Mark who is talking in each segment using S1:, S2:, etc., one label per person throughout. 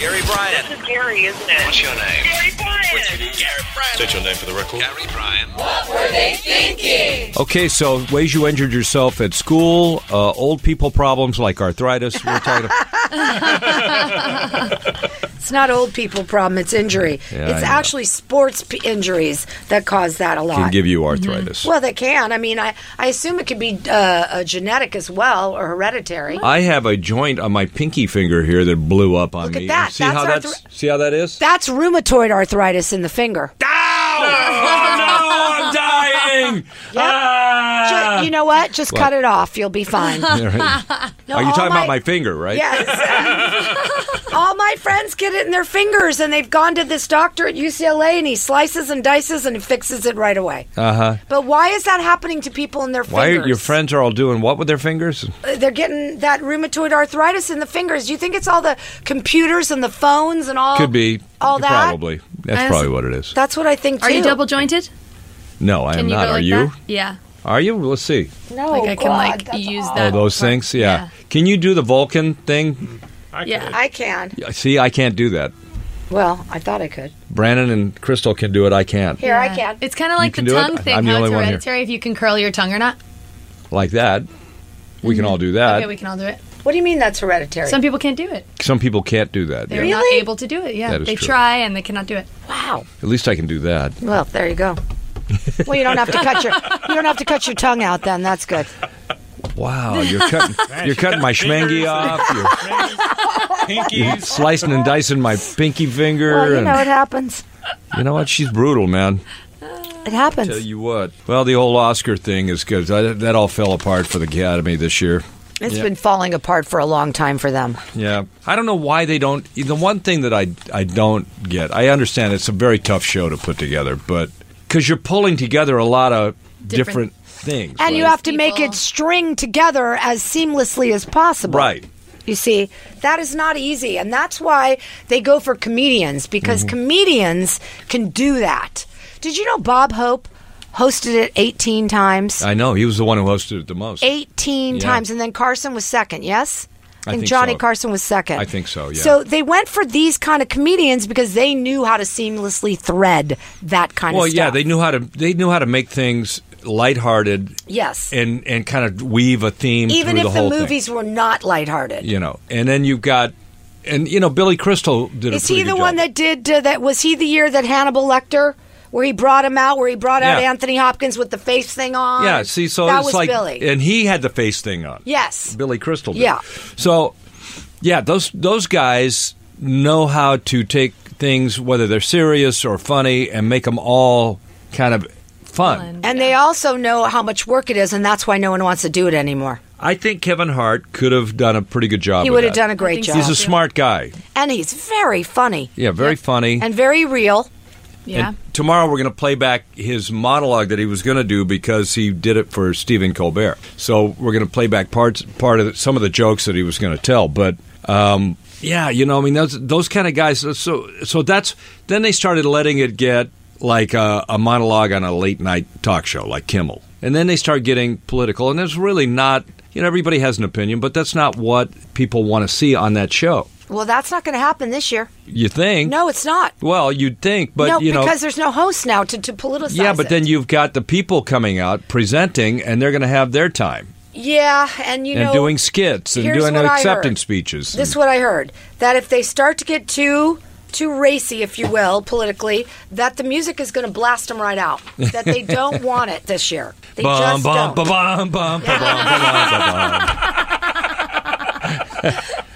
S1: Gary Bryan.
S2: This is Gary, isn't it?
S1: What's your name?
S2: Gary Bryan.
S1: Gary Bryan.
S3: State your name for the record.
S1: Gary Bryan.
S4: Okay, so ways you injured yourself at school, uh, old people problems like arthritis. We're talking about.
S5: It's not old people problem, it's injury.
S4: Yeah, I
S5: it's
S4: know.
S5: actually sports p- injuries that cause that a lot.
S4: Can give you arthritis.
S5: well, they can. I mean, I, I assume it could be uh, uh, genetic as well or hereditary.
S4: I have a joint on my pinky finger here that blew up on
S5: Look at
S4: me.
S5: that.
S4: See
S5: That's
S4: how that's
S5: arthri-
S4: see how that is?
S5: That's rheumatoid arthritis in the finger.
S4: Oh no, I'm dying. Ah!
S5: Ju- you know what? Just cut it off. You'll be fine.
S4: All right.
S5: No,
S4: Are you
S5: all
S4: talking about my finger, right?
S5: Yes. all my friends get it in their fingers, and they've gone to this doctor at UCLA, and he slices and dices and fixes it right away. Uh huh. But why is that happening to people in their
S4: Uh-huh. Why
S5: fingers?
S4: are your friends are all doing what with their fingers?
S5: They're getting that rheumatoid arthritis in the fingers. Do you think it's all the computers and the phones and all?
S4: Could be.
S5: all that.
S4: Probably. That's
S6: I
S4: probably
S6: also-
S4: what it is.
S5: That's what I think too.
S6: Are you double jointed?
S4: No, I am
S6: Can you
S4: not.
S6: go
S4: are
S6: like
S4: you?
S6: that? Yeah.
S4: Are you? Let's see.
S5: No,
S6: Like I can
S5: Oh, God,
S6: like
S5: that's
S6: use
S5: awful.
S4: Oh,
S6: that.
S4: those
S6: part.
S4: things. Yeah. Can you do the Vulcan thing?
S6: Yeah. Yeah.
S5: I can.
S4: See, I can't do that.
S5: Well, I thought I could.
S4: Brandon and Crystal can do it. I can't.
S5: Here, I can.
S6: It's kind of like
S4: can
S6: the
S4: do it?
S6: tongue thing.
S4: I'm the
S6: how
S4: only
S6: it's
S4: one here.
S6: hereditary if you can curl your tongue or not.
S4: Like that. We
S5: Mm-hmm.
S4: can all do that.
S6: Okay, we can all do it.
S5: What do you mean that's hereditary?
S6: Some people can't do it.
S4: Some people can't do that.
S6: They're
S4: yeah.
S6: not
S5: Really?
S6: able to do it. Yeah.
S4: That is
S6: They
S4: true.
S6: try and they cannot do it.
S5: wow.
S4: At least I can do that.
S5: Well, there you go. well, you don't have to cut your you don't have to cut your tongue out. Then that's good.
S4: Wow, you're cutting you're cutting my schmangy off. You're, you're
S3: Pinkies.
S4: slicing and dicing my pinky finger.
S5: Well, you know it
S4: and,
S5: happens.
S4: you know what? She's brutal, man.
S5: It
S4: Tell
S5: happens.
S4: you what. Well, the whole Oscar thing is good. That that all fell apart for the Academy this year.
S5: It's been falling apart for a long time for them.
S4: Yeah, I don't know why they don't. The one thing that I I don't get, I understand it's a very tough show to put together, but because you're pulling together a lot of different,
S6: Different-
S4: things,
S5: And you
S4: right?
S5: have to make
S6: People-
S5: it string together as seamlessly as possible.
S4: right.
S5: You see, that is not easy. And that's why they go for comedians, because
S4: Mm-hmm.
S5: comedians can do that. Did you know Bob Hope hosted it 18 times?
S4: I know he was the one who hosted it the most.
S5: 18
S4: Yeah.
S5: times. And then Carson was second, yes?
S4: I
S5: and
S4: think
S5: Johnny
S4: so.
S5: Carson was second.
S4: I think so, yeah.
S5: So they went for these kind of comedians because they knew how to seamlessly thread that kind
S4: Well,
S5: of stuff.
S4: yeah, they knew how to they knew how to make things lighthearted.
S5: Yes.
S4: and and kind of weave a theme
S5: Even
S4: through the
S5: if the,
S4: whole
S5: movies were not lighthearted.
S4: thing, you know. And then you've got, and you know, Billy Crystal did. a
S5: Is
S4: pretty
S5: he the
S4: good
S5: one
S4: job.
S5: that did uh, that? Was he the year that Hannibal Lecter, where he brought him out, where he brought out
S4: Yeah.
S5: Anthony Hopkins with the face thing on?
S4: Yeah, see, so
S5: that
S4: it's
S5: was
S4: like,
S5: Billy.
S4: and he had the face thing on.
S5: yes,
S4: Billy Crystal. Did.
S5: Yeah.
S4: So, yeah, those those guys know how to take things, whether they're serious or funny, and make them all kind of fun.
S5: and they also know how much work it is, and that's why no one wants to do it anymore.
S4: I think Kevin Hart could have done a pretty good job.
S5: He
S4: with
S5: would have
S4: that.
S5: done a great
S6: think
S5: job,
S6: so.
S4: He's a smart guy.
S5: and he's very funny
S4: Yeah, very funny.
S5: and very real.
S6: Yeah.
S4: And tomorrow we're going to play back his monologue that he was going to do because he did it for Stephen Colbert. So we're going to play back parts, part of the, some of the jokes that he was going to tell. But um, yeah, you know, I mean, those those kind of guys. So so that's then they started letting it get like a, a monologue on a late night talk show like Kimmel, and then they start getting political, and it's really not. You know, everybody has an opinion, but that's not what people want to see on that show.
S5: Well, that's not going to happen this year.
S4: You think?
S5: No, it's not.
S4: Well, you'd think, but
S5: no,
S4: you know,
S5: because there's no host now to, to politicize.
S4: yeah, but
S5: it.
S4: then you've got the people coming out presenting, and they're going to have their time
S5: yeah, and you
S4: and
S5: know,
S4: doing skits and
S5: here's
S4: doing
S5: what I
S4: acceptance
S5: heard.
S4: speeches.
S5: This is
S4: and-
S5: what I heard that if they start to get too too racy, if you will, politically, that the music is going to blast them right out. That they don't want it this year. They
S4: Bum,
S5: just
S4: bum,
S5: don't.
S4: ba, bum, bum, ba, bum, ba, bum, ba,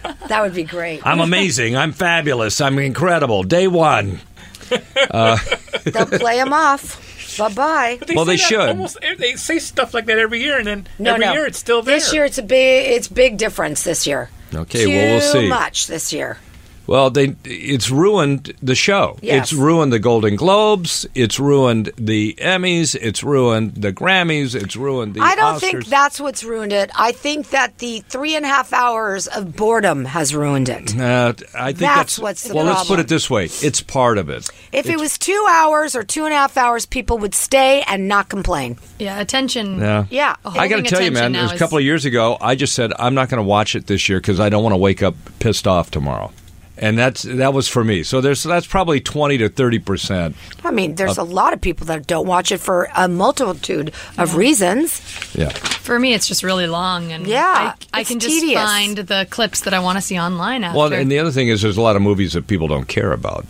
S4: bum.
S5: That would be great.
S4: I'm amazing. I'm fabulous. I'm incredible. Day one.
S5: They'll play them off. Bye bye.
S7: But they
S4: Well,
S7: say
S4: they
S7: that
S4: should.
S7: Almost, they say stuff like that every year, and then
S5: No,
S7: every
S5: no.
S7: year it's still there.
S5: This year, it's a big it's big difference. This year.
S4: Okay,
S5: Too
S4: well, we'll see.
S5: much this year.
S4: Well, they it's ruined the show.
S5: Yes.
S4: It's ruined the Golden Globes. It's ruined the Emmys. It's ruined the Grammys. It's ruined the.
S5: I don't
S4: Oscars.
S5: think that's what's ruined it. I think that the three and a half hours of boredom has ruined it.
S4: Uh, I think
S5: That's
S4: that's,
S5: what's the
S4: well. Let's put
S5: problem.
S4: it this way: it's part of it.
S5: If it was two hours or two and a half hours, people would stay and not complain.
S6: Yeah, attention.
S4: Yeah.
S5: Yeah.
S6: A whole
S4: Oh. I got to
S6: thing
S4: tell you, man,
S6: attention
S4: there's
S6: now
S4: a
S6: is-
S4: couple of years ago, I just said, I'm not going to watch it this year because I don't want to wake up pissed off tomorrow. and that's that was for me. So there's that's probably twenty to thirty percent.
S5: I mean, there's a lot of people that don't watch it for a multitude of reasons.
S4: Yeah.
S6: For me, it's just really long, and
S5: Yeah,
S6: I, I
S5: it's
S6: can just
S5: tedious.
S6: find the clips that I want to see online after.
S4: Well, and the other thing is, there's a lot of movies that people don't care about.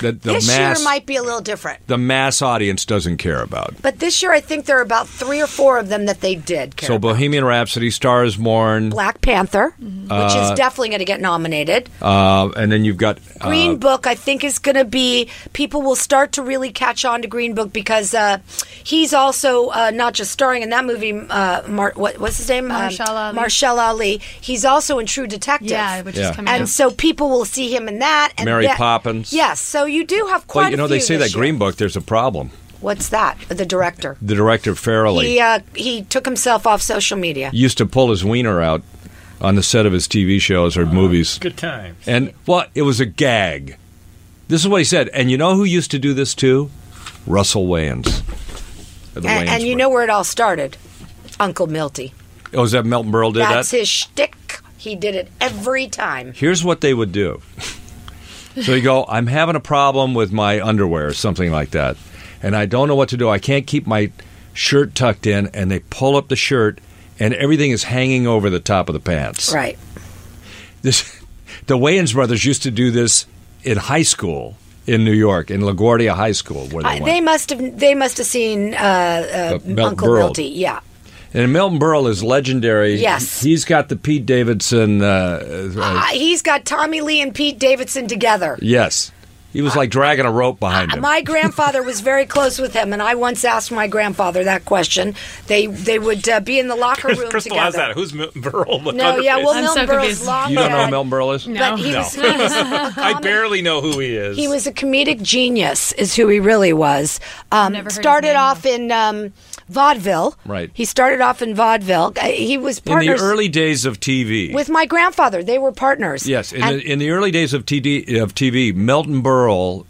S4: That the
S5: this
S4: mass
S5: year might be a little different.
S4: the mass audience doesn't care about.
S5: But this year, I think there are about three or four of them that they did. Care
S4: So
S5: about.
S4: Bohemian Rhapsody, Stars Born,
S5: Black Panther, which is definitely going to get nominated.
S4: Mm-hmm. uh, and then you've got uh,
S5: Green Book, I think, is going to be people will start to really catch on to Green Book because uh, he's also uh, not just starring in that movie. Uh, Mar- what, what's his name?
S6: Marshall Ali.
S5: Marshall Ali. He's also in True Detective.
S6: yeah, which
S4: Yeah.
S6: is coming
S5: and
S6: out.
S5: so people will see him in that. And
S4: Mary
S5: that-
S4: Poppins.
S5: Yes, so you do have quite.
S4: Well, you
S5: a
S4: know,
S5: few
S4: they say
S5: this
S4: that Green
S5: year.
S4: Book. There's a problem.
S5: What's that? The director.
S4: The director Farrelly
S5: He uh, he took himself off social media.
S4: used to pull his wiener out on the set of his TV shows or movies,
S7: Oh, Good times.
S4: and well, it was a gag. This is what he said. And you know who used to do this too? Russell Wayans. The Wayans
S5: And, and you
S4: were-
S5: know where it all started? Uncle Milty.
S4: oh, is that Melton Berle did
S5: That's
S4: that?
S5: his shtick. He did it every time.
S4: here's what they would do. so you go, I'm having a problem with my underwear or something like that. And I don't know what to do. I can't keep my shirt tucked in. And they pull up the shirt, and everything is hanging over the top of the pants.
S5: Right.
S4: This, the Wayans brothers used to do this in high school in New York, in LaGuardia High School, where they
S5: I,
S4: went.
S5: they must have. They must have seen uh,
S4: But
S5: uh,
S4: Mel-
S5: Uncle
S4: Burl.
S5: Milty. Yeah.
S4: and Milton Berle is legendary.
S5: Yes.
S4: He's got the Pete Davidson. Uh, uh,
S5: Uh, he's got Tommy Lee and Pete Davidson together.
S4: yes. He was like dragging a rope behind him.
S5: My grandfather was very close with him, and I once asked my grandfather that question. They they would uh, be in the locker room
S7: Crystal has
S5: together.
S7: that. Who's Milton Berle? with
S5: No,
S7: other
S5: yeah, well,
S7: faces?
S6: I'm
S5: Milton
S6: so
S5: Berle's
S6: confused.
S5: long
S4: you don't know
S5: dead,
S4: who Milton Berle is?
S6: No.
S5: but he was
S7: No. I barely know who he is.
S5: He was a comedic genius, is who he really was. Um,
S6: never heard his
S5: started
S6: name.
S5: off in um, vaudeville.
S4: Right.
S5: He started off in vaudeville. Uh, He was
S4: in the
S5: partners
S4: early days of TV.
S5: with my grandfather. They were partners.
S4: yes, in,
S5: And-
S4: the, in the early days of TD of TV, Melton Berle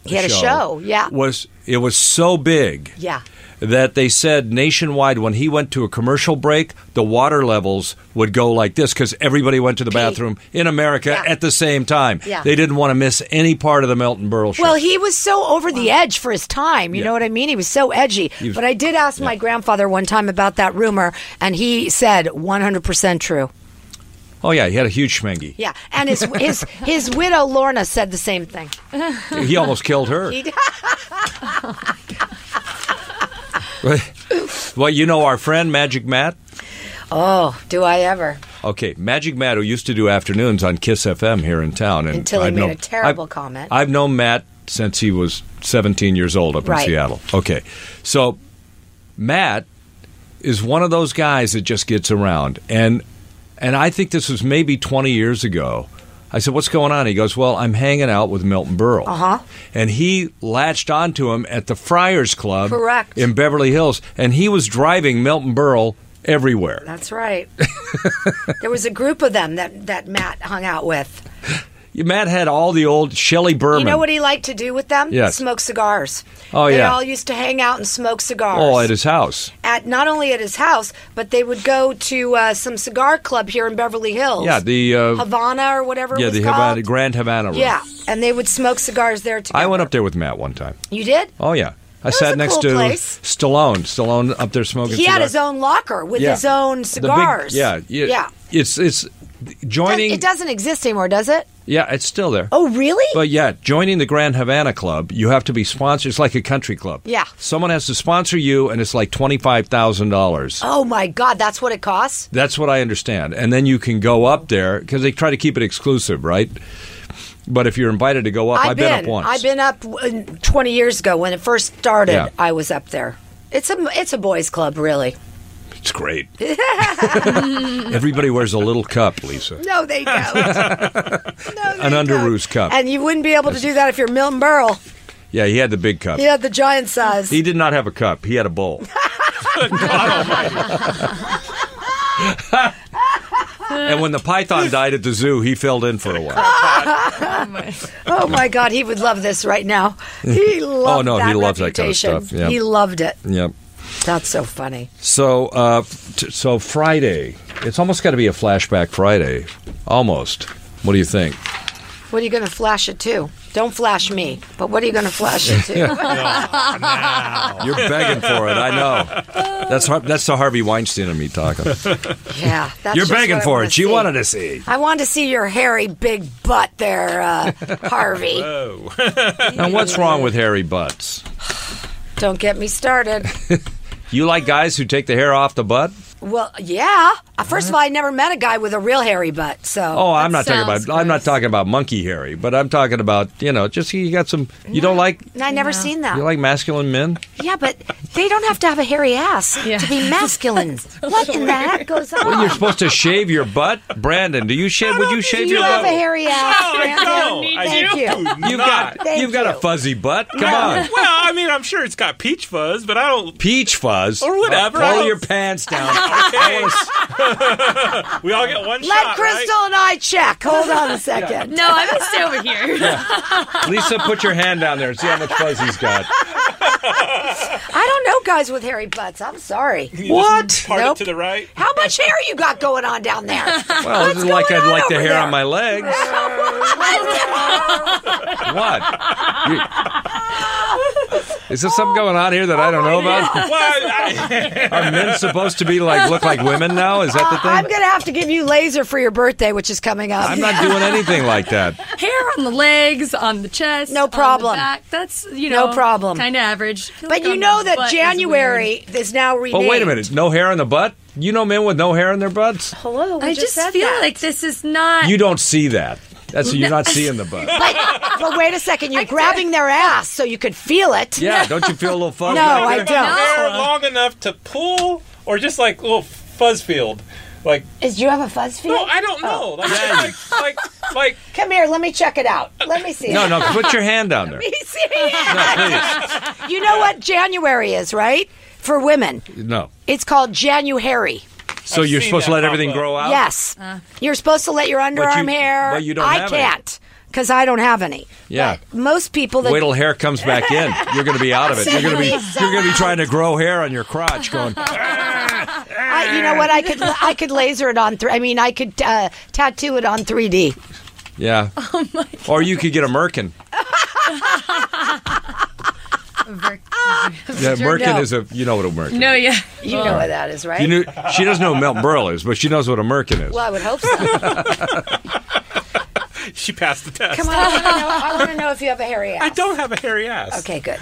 S5: He had a show, yeah.
S4: was it was so big,
S5: Yeah.
S4: that they said nationwide when he went to a commercial break, the water levels would go like this because everybody went to the bathroom in America
S5: Yeah.
S4: at the same time.
S5: Yeah.
S4: They didn't want to miss any part of the Melton Berle show.
S5: Well, he was so over the edge for his time. You
S4: Yeah.
S5: know what I mean? He was so edgy.
S4: was-
S5: but I did ask my grandfather one time about that rumor, and he said 100% true.
S4: oh yeah, he had a huge schmengy.
S5: Yeah. And his his his widow Lorna said the same thing.
S4: He almost killed her.
S5: He did.
S4: well, you know our friend Magic Matt.
S5: Oh, do I ever?
S4: Okay, Magic Matt, who used to do afternoons on Kiss FM here in town, and
S5: Until he made
S4: known-
S5: a terrible
S4: I've-
S5: comment.
S4: I've known Matt since he was 17 years old up
S5: Right.
S4: in Seattle. Okay, so Matt is one of those guys that just gets around, and and I think this was maybe 20 years ago. I said, "What's going on?" He goes, "Well, I'm hanging out with Milton Berle,"
S5: Uh-huh.
S4: and he latched onto him at the Friars Club,
S5: Correct.
S4: in Beverly Hills, and he was driving Milton Berle everywhere.
S5: That's right. there was a group of them that that Matt hung out with.
S4: Matt had all the old Shelley Berman.
S5: You know what he liked to do with them?
S4: Yes.
S5: Smoke cigars.
S4: Oh,
S5: They
S4: yeah.
S5: all used to hang out and smoke cigars.
S4: Oh, at his house.
S5: at not only at his house, but they would go to uh, some cigar club here in Beverly Hills.
S4: Yeah, the uh,
S5: Havana or whatever. it
S4: yeah
S5: was
S4: the
S5: called.
S4: Havana, Grand Havana room.
S5: Yeah, and they would smoke cigars there together.
S4: I went up there with Matt one time.
S5: You did?
S4: Oh yeah, I
S5: was
S4: sat
S5: a
S4: next
S5: cool
S4: to
S5: place.
S4: Stallone. Stallone up there smoking.
S5: He had
S4: cigar-
S5: his own locker with
S4: Yeah.
S5: his own
S4: The big-
S5: cigars.
S4: yeah, yeah, It's it's joining.
S5: It doesn't exist anymore, does it?
S4: yeah, it's still there.
S5: Oh, really?
S4: But yeah, joining the Grand Havana Club, you have to be sponsored. It's like a country club.
S5: Yeah.
S4: Someone has to sponsor you, and it's like twenty five thousand dollars.
S5: oh my God, that's what it costs.
S4: That's what I understand. And then you can go up there because they try to keep it exclusive, right? But if you're invited to go up, I've, been, up once.
S5: I've been up uh, twenty years ago when it first started.
S4: Yeah.
S5: I was up there. It's a it's a boys' club, really.
S4: It's great. Everybody wears a little cup, Lisa.
S5: No, they don't. no, they
S4: An Underoos
S5: don't.
S4: cup.
S5: And you wouldn't be able to do that if you're Milton Berle.
S4: Yeah, he had the big cup.
S5: He had the giant size.
S4: He did not have a cup. He had a bowl. and when the python died at the zoo, he filled in for a while.
S5: oh my God, he would love this right now. He loved
S4: Oh, no,
S5: that
S4: he loves that kind of
S5: reputation.
S4: stuff, yeah.
S5: He loved it.
S4: Yep.
S5: That's so funny.
S4: So, uh, t- so Friday. It's almost got to be a flashback Friday. Almost. What do you think?
S5: What are you going to flash it to? Don't flash me, but what are you going to flash it to?
S4: You're begging for it. I know. That's Har- that's the Harvey Weinstein and me talking.
S5: yeah, that's
S4: You're
S5: just
S4: begging
S5: what I
S4: for
S5: wanna
S4: it. She
S5: see.
S4: wanted to see.
S5: I wanted to see your hairy big butt there, uh, Harvey.
S4: Now, what's wrong with hairy butts?
S5: Don't get me started.
S4: You like guys who take the hair off the butt?
S5: Well, yeah. Uh, First of all, I never met a guy with a real hairy butt. So,
S4: Oh, I'm not
S6: That
S4: talking about.
S6: sounds
S4: I'm not
S6: gross.
S4: talking about monkey hairy, but I'm talking about you know just you got some. You don't like.
S5: And I never seen that.
S4: You like masculine men?
S5: yeah, but they don't have to have a hairy ass
S6: Yeah.
S5: to be masculine. what in the heck goes on?
S4: You're supposed to shave your butt, Brandon. Do you shave? Would you shave
S5: you
S4: your
S5: have
S4: butt?
S5: a hairy ass, Brandon.
S7: no,
S6: need
S7: I
S5: Thank
S7: do
S5: you.
S7: not.
S4: You've got.
S5: Thank
S4: You've got a
S5: you.
S4: fuzzy butt. Come on.
S7: Well, I mean, I'm sure it's got peach fuzz, but I don't.
S4: Peach fuzz
S7: Or whatever.
S4: Pull
S7: I'll-
S4: your pants down.
S7: Okay. we all get one
S5: Let
S7: shot,
S5: Crystal and I check. Hold on a second.
S6: No, I'm gonna stay over here.
S4: Lisa, put your hand down there and see how much fuzz he's got.
S5: I don't know guys with hairy butts. I'm sorry.
S7: right? What? Part
S5: Nope.
S7: it to the right.
S5: How much hair you got going on down there?
S4: Well, this is like
S5: going
S4: I'd
S5: on
S4: like the
S5: over
S4: hair
S5: there?
S4: on my legs. what? You- Is there something going on here that I don't
S5: Oh
S4: know about?
S7: Well, I,
S4: Are men supposed to be like look like women now? Is that the
S5: Uh, I'm
S4: thing?
S5: gonna have to give you laser for your birthday, which is coming up.
S4: I'm not doing anything like that.
S6: Hair on the legs, on the chest,
S5: No
S6: on the
S5: problem.
S6: back. That's you
S5: No
S6: know,
S5: problem.
S6: Kind of average. I feel
S5: but
S6: like
S5: you
S6: on
S5: know
S6: the butt
S5: that
S6: is
S5: January
S6: weird.
S5: is, now renamed.
S4: But Oh, wait a minute, no hair on the butt? You know men with no hair in their butts?
S5: Hello, we
S6: I
S5: just,
S6: just
S5: said
S6: feel
S5: that.
S6: like this is not.
S4: You don't see that. That's you're not seeing the butt.
S5: But, but wait a second, you're grabbing their ass so you could feel it.
S4: Yeah, don't you feel a little fuzz?
S5: No, I
S7: I
S5: don't.
S7: got hair long enough to pull, or just like a little fuzz field. Like,
S5: Is do you have a fuzz feel?
S7: no, I
S5: Oh.
S7: don't know. Like, like, like, like,
S5: Come here, let me check it out. Let me see.
S4: No,
S5: it.
S4: no, put your hand down there.
S5: Let me see it.
S4: No, please.
S5: You know what January is, right? For women,
S4: No.
S5: it's called January.
S4: So
S7: I've
S4: you're
S7: seen
S4: supposed to
S7: that
S4: let
S7: pop
S4: everything
S7: up.
S4: grow out?
S5: Yes, you're supposed to let your underarm hair.
S4: but you don't
S5: I
S4: have any.
S5: can't because I don't have any.
S4: Yeah.
S5: But most people that
S4: Wait till hair comes back in. You're going to be out of it. You're going to be you're going to be trying to grow hair on your crotch. Going,
S5: I, you know what? I could I could laser it on. Th- I mean, I could uh, tattoo it on 3D.
S4: yeah.
S5: Oh
S4: Or you could get a merkin.
S6: Ver-
S4: Yeah, merkin
S5: No.
S4: is a you know what a merkin.
S6: no, yeah.
S5: You know what that is, right?
S4: Uh. You knew, she doesn't know what Mel Burl is, but she knows what a merkin is.
S5: well, I would hope so. Come on,
S7: she passed the test.
S5: I want to know, if you have a hairy ass.
S7: I don't have a hairy ass.
S5: Okay, good.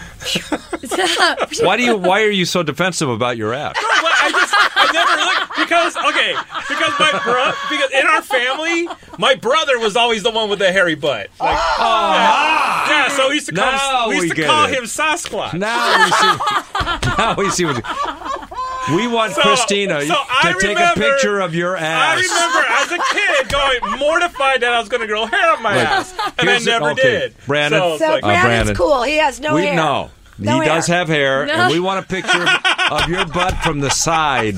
S4: Why do you why are you so defensive about your ass?
S7: Well, I just I never looked because okay because my bro because in our family my brother was always the one with the hairy butt. Like, yeah. yeah, so we used to call
S4: Ah.
S7: we
S4: Now we
S7: used to
S4: get
S7: call
S4: it.
S7: him Sasquatch.
S4: Now we see. Now we see what. You, we want
S7: So-
S4: Christina
S7: so I
S4: to take
S7: remember-
S4: a picture of your
S7: I
S4: ass.
S7: remember as a kid going mortified that I was going to grow hair on my
S4: Like,
S7: ass, and I
S4: here's the-
S7: never
S4: okay,
S7: did.
S4: Brandon.
S7: so, it's
S5: So
S7: like,
S4: Uh,
S5: Brandon's
S4: Brandon.
S5: cool. He has no
S4: we
S5: hair.
S4: no.
S5: No
S4: he
S5: hair.
S4: does have hair,
S6: No.
S4: and we want a picture of your butt from the side.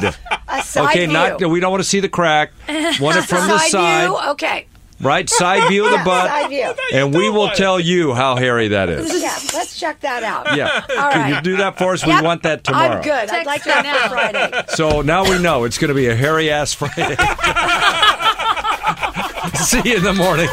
S5: A side
S4: okay,
S5: view.
S4: not we don't want to see the crack. Want it from the side,
S5: view. Okay.
S4: right side view of the
S5: Yeah, side
S4: butt,
S5: view.
S4: and we
S7: don't
S4: will
S7: want it.
S4: tell you how hairy that is.
S5: Yeah, let's check that out.
S4: Yeah,
S5: All
S4: can you
S5: right.
S4: do that for us? We
S5: Yep.
S4: want that tomorrow.
S5: I'm good. I'd
S6: Text
S5: like
S6: her
S5: that
S6: now.
S5: for Friday.
S4: So now we know it's going to be a hairy ass Friday. see you in the morning.